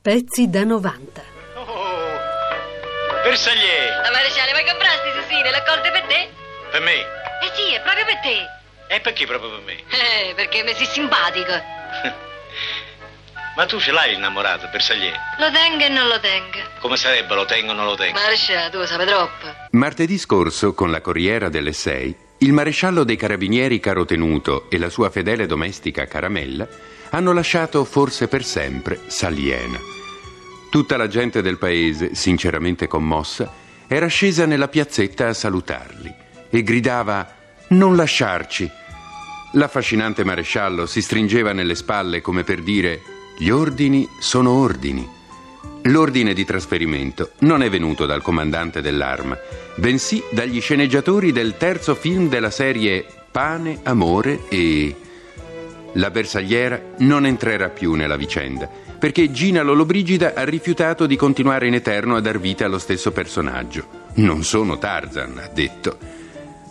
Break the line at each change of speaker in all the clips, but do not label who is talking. Pezzi da 90.
Oh, Bersaglieri,
La maresciale, vuoi comprarti Susine? L'ho colte per te?
per me.
Eh sì, è proprio per te.
E perché proprio per me?
Eh, perché mi sei simpatico.
Ma tu ce l'hai il namorato, Bersaglieri?
Lo tengo e non lo tengo.
Come sarebbe, lo tengo o non lo tengo?
Maresciale, tu lo sai troppo.
Martedì scorso, con la Corriera delle 6, il maresciallo dei carabinieri Caro Tenuto e la sua fedele domestica Caramella hanno lasciato, forse per sempre, Saliena. Tutta la gente del paese, sinceramente commossa, era scesa nella piazzetta a salutarli e gridava Non lasciarci! L'affascinante maresciallo si stringeva nelle spalle come per dire Gli ordini sono ordini. L'ordine di trasferimento non è venuto dal comandante dell'arma, bensì dagli sceneggiatori del terzo film della serie Pane, Amore e... La bersagliera non entrerà più nella vicenda, perché Gina Lollobrigida ha rifiutato di continuare in eterno a dar vita allo stesso personaggio. Non sono Tarzan, ha detto.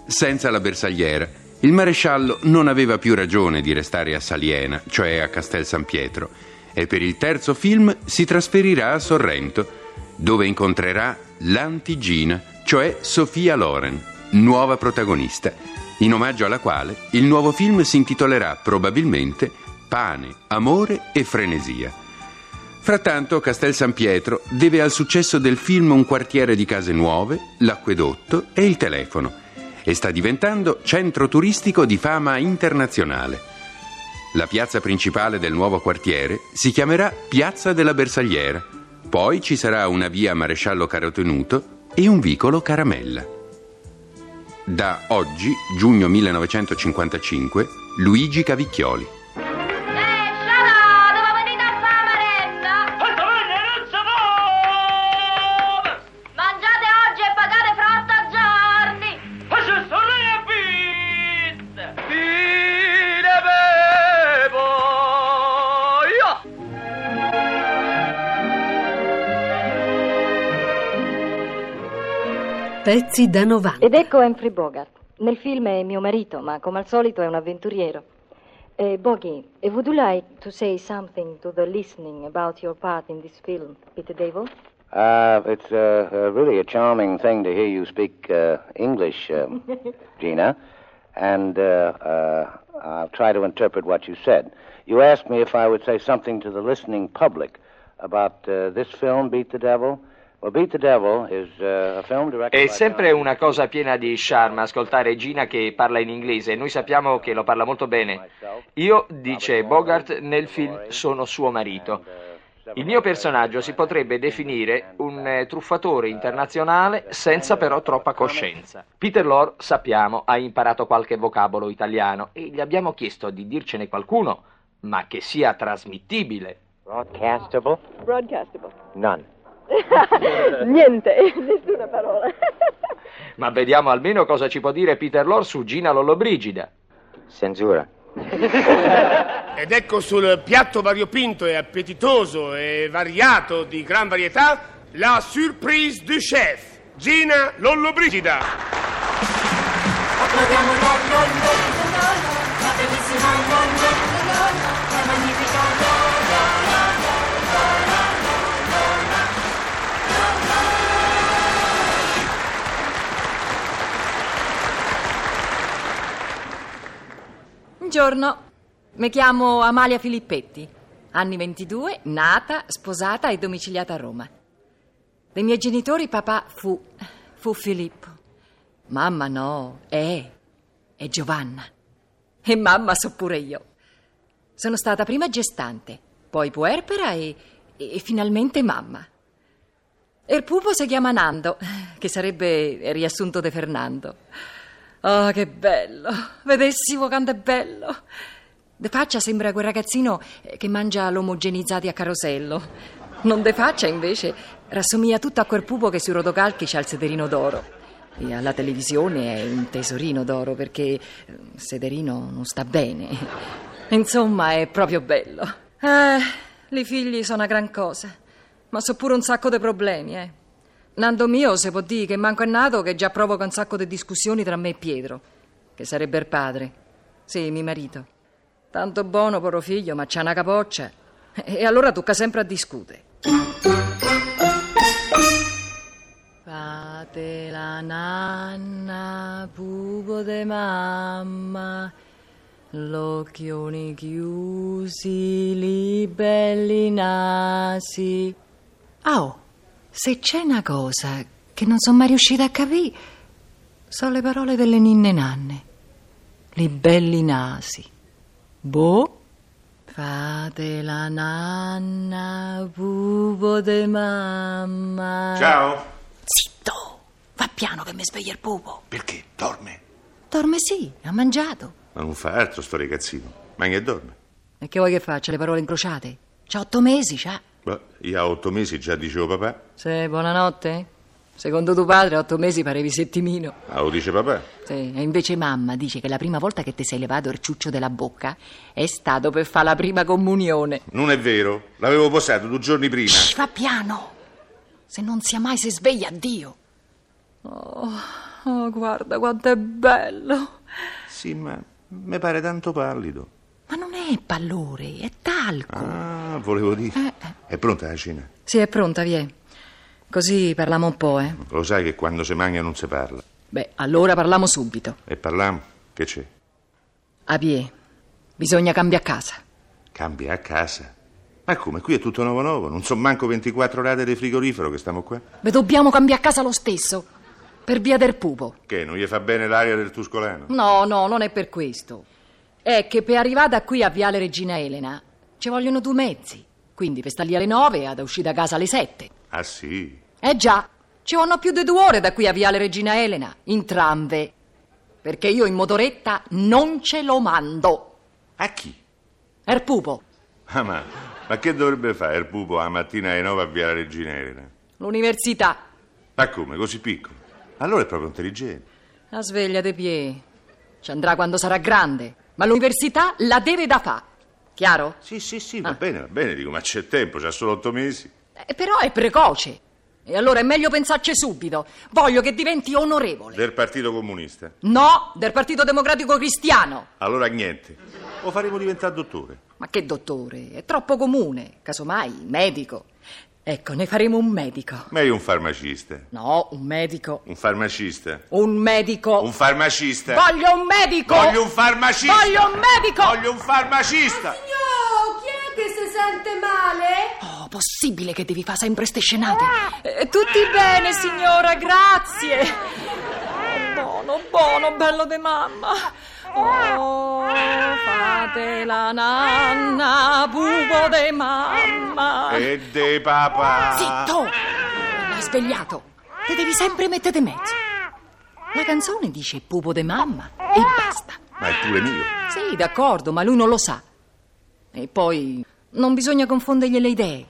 Senza la bersagliera, il maresciallo non aveva più ragione di restare a Saliena, cioè a Castel San Pietro, e per il terzo film si trasferirà a Sorrento, dove incontrerà l'antigina, cioè Sofia Loren, nuova protagonista, in omaggio alla quale il nuovo film si intitolerà probabilmente Pane, Amore e Frenesia. Frattanto Castel San Pietro deve al successo del film un quartiere di case nuove, l'acquedotto e il telefono e sta diventando centro turistico di fama internazionale. La piazza principale del nuovo quartiere si chiamerà Piazza della Bersagliera, poi ci sarà una via Maresciallo Carotenuto e un vicolo Caramella. Da oggi, giugno 1955, Luigi Cavicchioli.
Lasciala, Eh, dove venite a fare
Questa venne non si può!
Mangiate oggi e pagate fra otto giorni!
Ma se sarei a pizza! Fine bevoia!
Pezzi da 90.
Ed ecco Humphrey Bogart. Nel film è mio marito, ma come al solito è un avventuriero. Eh, Boggy, would you like to say something to the listening about your part in this film, Peter Devil?
Uh, it's uh, uh, really a charming thing to hear you speak uh, English, um, Gina, and uh, uh, I'll try to interpret what you said. You asked me if I would say something to the listening public about uh, this film, Beat the Devil. Well, Beat the Devil is uh, a film directed
È
by
sempre
John-
una cosa piena di charme ascoltare Gina che parla in inglese e noi sappiamo che lo parla molto bene. Io, dice Bogart, nel film sono suo marito.
uh,
Il mio personaggio si potrebbe definire un eh, truffatore internazionale senza però troppa coscienza. Peter Lorre, sappiamo, ha imparato qualche vocabolo italiano e gli abbiamo chiesto di dircene qualcuno, ma che sia trasmittibile.
Broadcastable?
Broadcastable.
None.
Niente, nessuna parola.
Ma vediamo almeno cosa ci può dire Peter Lorre su Gina Lollobrigida.
Censura.
Ed ecco sul piatto variopinto e appetitoso e variato di gran varietà la surprise du chef, Gina Lollobrigida.
Buongiorno, mi chiamo Amalia Filippetti, anni 22, nata, sposata e domiciliata a Roma. Dei miei genitori papà fu, fu Filippo, mamma no, è, è Giovanna e mamma so pure io. Sono stata prima gestante, poi puerpera e, e finalmente mamma. E il pupo si chiama Nando, che sarebbe riassunto de Fernando. Oh, che bello! Vedessimo quanto è bello! De faccia sembra quel ragazzino eh, che mangia l'omogenizzati a carosello. Non de faccia, invece, rassomiglia tutto a quel pupo che sui rotocalchi c'ha il sederino d'oro. E alla televisione è un tesorino d'oro perché eh, sederino non sta bene. Insomma, è proprio bello. Eh, i figli sono una gran cosa, ma so pure un sacco di problemi, eh. Nando mio, se può dire che manco è nato, che già provoca un sacco di discussioni tra me e Pietro, che sarebbe il padre. Sì, mio marito. Tanto buono, poro figlio, ma c'ha una capoccia. E allora tocca sempre a discutere. Fate la nanna, bubo de mamma, l'occhioni chiusi, li belli nasi. Ah, oh, se c'è una cosa che non sono mai riuscita a capire, sono le parole delle ninne nanne. Li belli nasi. Boh. Fate la nanna, bubo de mamma. Zitto! Va piano che mi sveglia il pupo.
Perché? Dorme?
Dorme sì, ha mangiato.
Ma non fa altro sto ragazzino. Ma che dorme?
E che vuoi che faccia? Le parole incrociate? C'ha otto mesi, c'ha.
Beh, Boh, io a otto mesi già dicevo papà.
Sì, buonanotte. Secondo tuo padre a otto mesi parevi settimino.
Ah, lo dice papà.
Sì, e invece mamma dice che la prima volta che ti sei levato il ciuccio della bocca è stato per fare la prima comunione.
Non è vero. L'avevo posato due giorni prima.
Shh, va piano! Se non sia mai si sveglia, addio! Oh, oh, guarda quanto è bello!
Sì, ma mi pare tanto pallido.
Ma non è pallore, è talco. Eh,
Ah, volevo dire. È pronta la cena?
Sì, è pronta, vie. Così parliamo un po', eh.
Lo sai che quando si mangia non si parla.
Beh, allora parliamo subito.
E parliamo? Che c'è?
A pie, bisogna cambiare casa.
Cambia a casa. Ma come? Qui è tutto nuovo nuovo. Non sono manco 24 rate di frigorifero che stiamo qua.
Beh, dobbiamo cambiare casa lo stesso, per via del pupo.
Che, non gli fa bene l'aria del Tuscolano?
No, no, non è per questo. È che per arrivare da qui a Viale Regina Elena ci vogliono due mezzi. Quindi per stare lì alle nove e ad uscire da casa alle sette.
Ah sì?
Eh già, ci vanno più di due ore da qui a Viale Regina Elena, in tramve. Perché io in motoretta non ce lo mando.
A chi?
Er pupo.
Ah, ma, ma che dovrebbe fare il pupo la mattina alle 9 a Via la Regina Elena?
L'università.
Ma come, così piccolo? Allora è proprio intelligente.
La sveglia dei pie. Ci andrà quando sarà grande. Ma l'università la deve da fa. Chiaro?
Sì, sì, sì,
Ah.
va bene, va bene, dico, ma c'è tempo, c'ha solo otto mesi.
Eh, però è precoce. E allora è meglio pensarci subito. Voglio che diventi onorevole.
Del Partito Comunista.
No, del Partito Democratico Cristiano.
Allora niente. O faremo diventare dottore.
Ma che dottore, è troppo comune. Casomai, medico. Ecco, ne faremo un medico.
Meglio un farmacista.
No, un medico.
Un farmacista.
Un medico.
Un farmacista.
Oh. Voglio un medico!
Voglio un farmacista.
Voglio un medico!
Voglio un farmacista.
Signor, chi è che si sente male?
Oh, possibile che devi fare sempre ste scenate? Eh, tutti bene, signora, grazie. Oh, buono, buono, bello de mamma. Oh, fate la nanna, bubo de mamma.
E de papà.
Ah. Zitto! L'hai svegliato. Te devi sempre mettere di mezzo. La canzone dice pupo de mamma e basta.
Ma è pure mio.
Sì, d'accordo, ma lui non lo sa. E poi non bisogna confondergli le idee.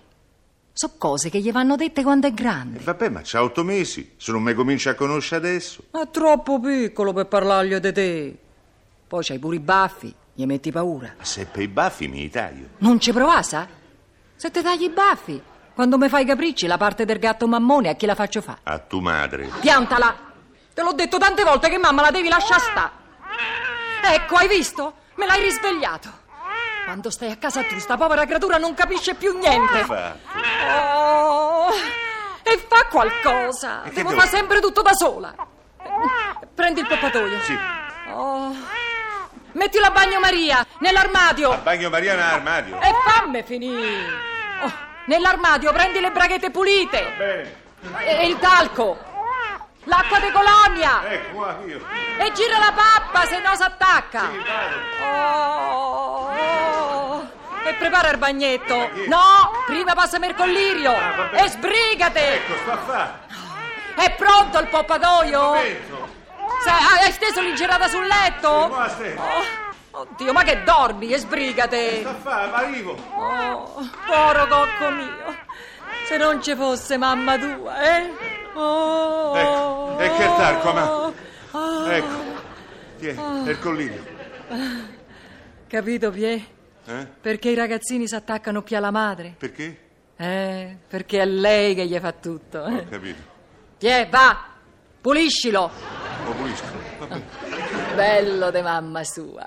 So cose che gli vanno dette quando è grande.
E vabbè, ma c'ha otto mesi. Se non mi comincia a conoscere adesso.
È troppo piccolo per parlargli di te. Poi c'hai pure i baffi, gli metti paura.
Ma se per i baffi mi li taglio.
Non ci provasa? Se ti tagli i baffi, quando mi fai i capricci, la parte del gatto mammone a chi la faccio fa?
A tu madre.
Piantala! Te l'ho detto tante volte che mamma la devi lasciare sta. Ecco, hai visto? Me l'hai risvegliato. Quando stai a casa tu, sta povera creatura non capisce più niente.
Fatto.
Oh, e fa qualcosa.
E che
Devo
devo-
fare sempre tutto da sola. Prendi il poppatoio.
Sì.
Oh. Mettilo a bagnomaria, nell'armadio.
Bagno Maria nell'armadio.
E fammi finire. Oh, nell'armadio prendi le braghette pulite.
Bene.
E il talco. L'acqua di colonia.
Ecco qua io.
E gira la pappa, se no s'attacca. Oh. E prepara il bagnetto. No, prima passami il collirio.
Ah,
E sbrigate.
Ecco, sto a fare.
È pronto il poppatoio?
Momento.
Sa- ah, hai- hai steso l'ingerata sul letto?
Ecco, Qua stesso.
Oh, oddio, ma che dormi e sbrigate!
Sto a fare, ma arrivo.
Oh, poro cocco mio! Se non ci fosse mamma tua, eh? Oh,
Ecco, e che tarco, ma-
Oh,
Ecco. Tieni, è il collino.
Capito, Pie?
Eh?
Perché i ragazzini si attaccano più alla madre?
Perché?
Eh, perché è lei che gli fa tutto.
Ho
Eh.
capito.
Pie, va! Puliscilo!
Lo pulisco. Vabbè.
Bello de mamma sua.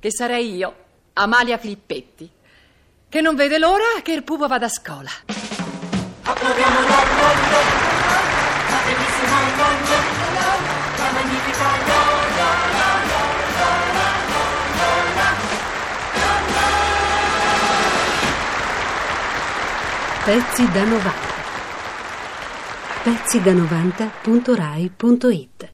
Che sarei io Amalia Filippetti, che non vede l'ora che il pupo vada a scuola.
Pezzi da 90. Pezzi da 90.rai.it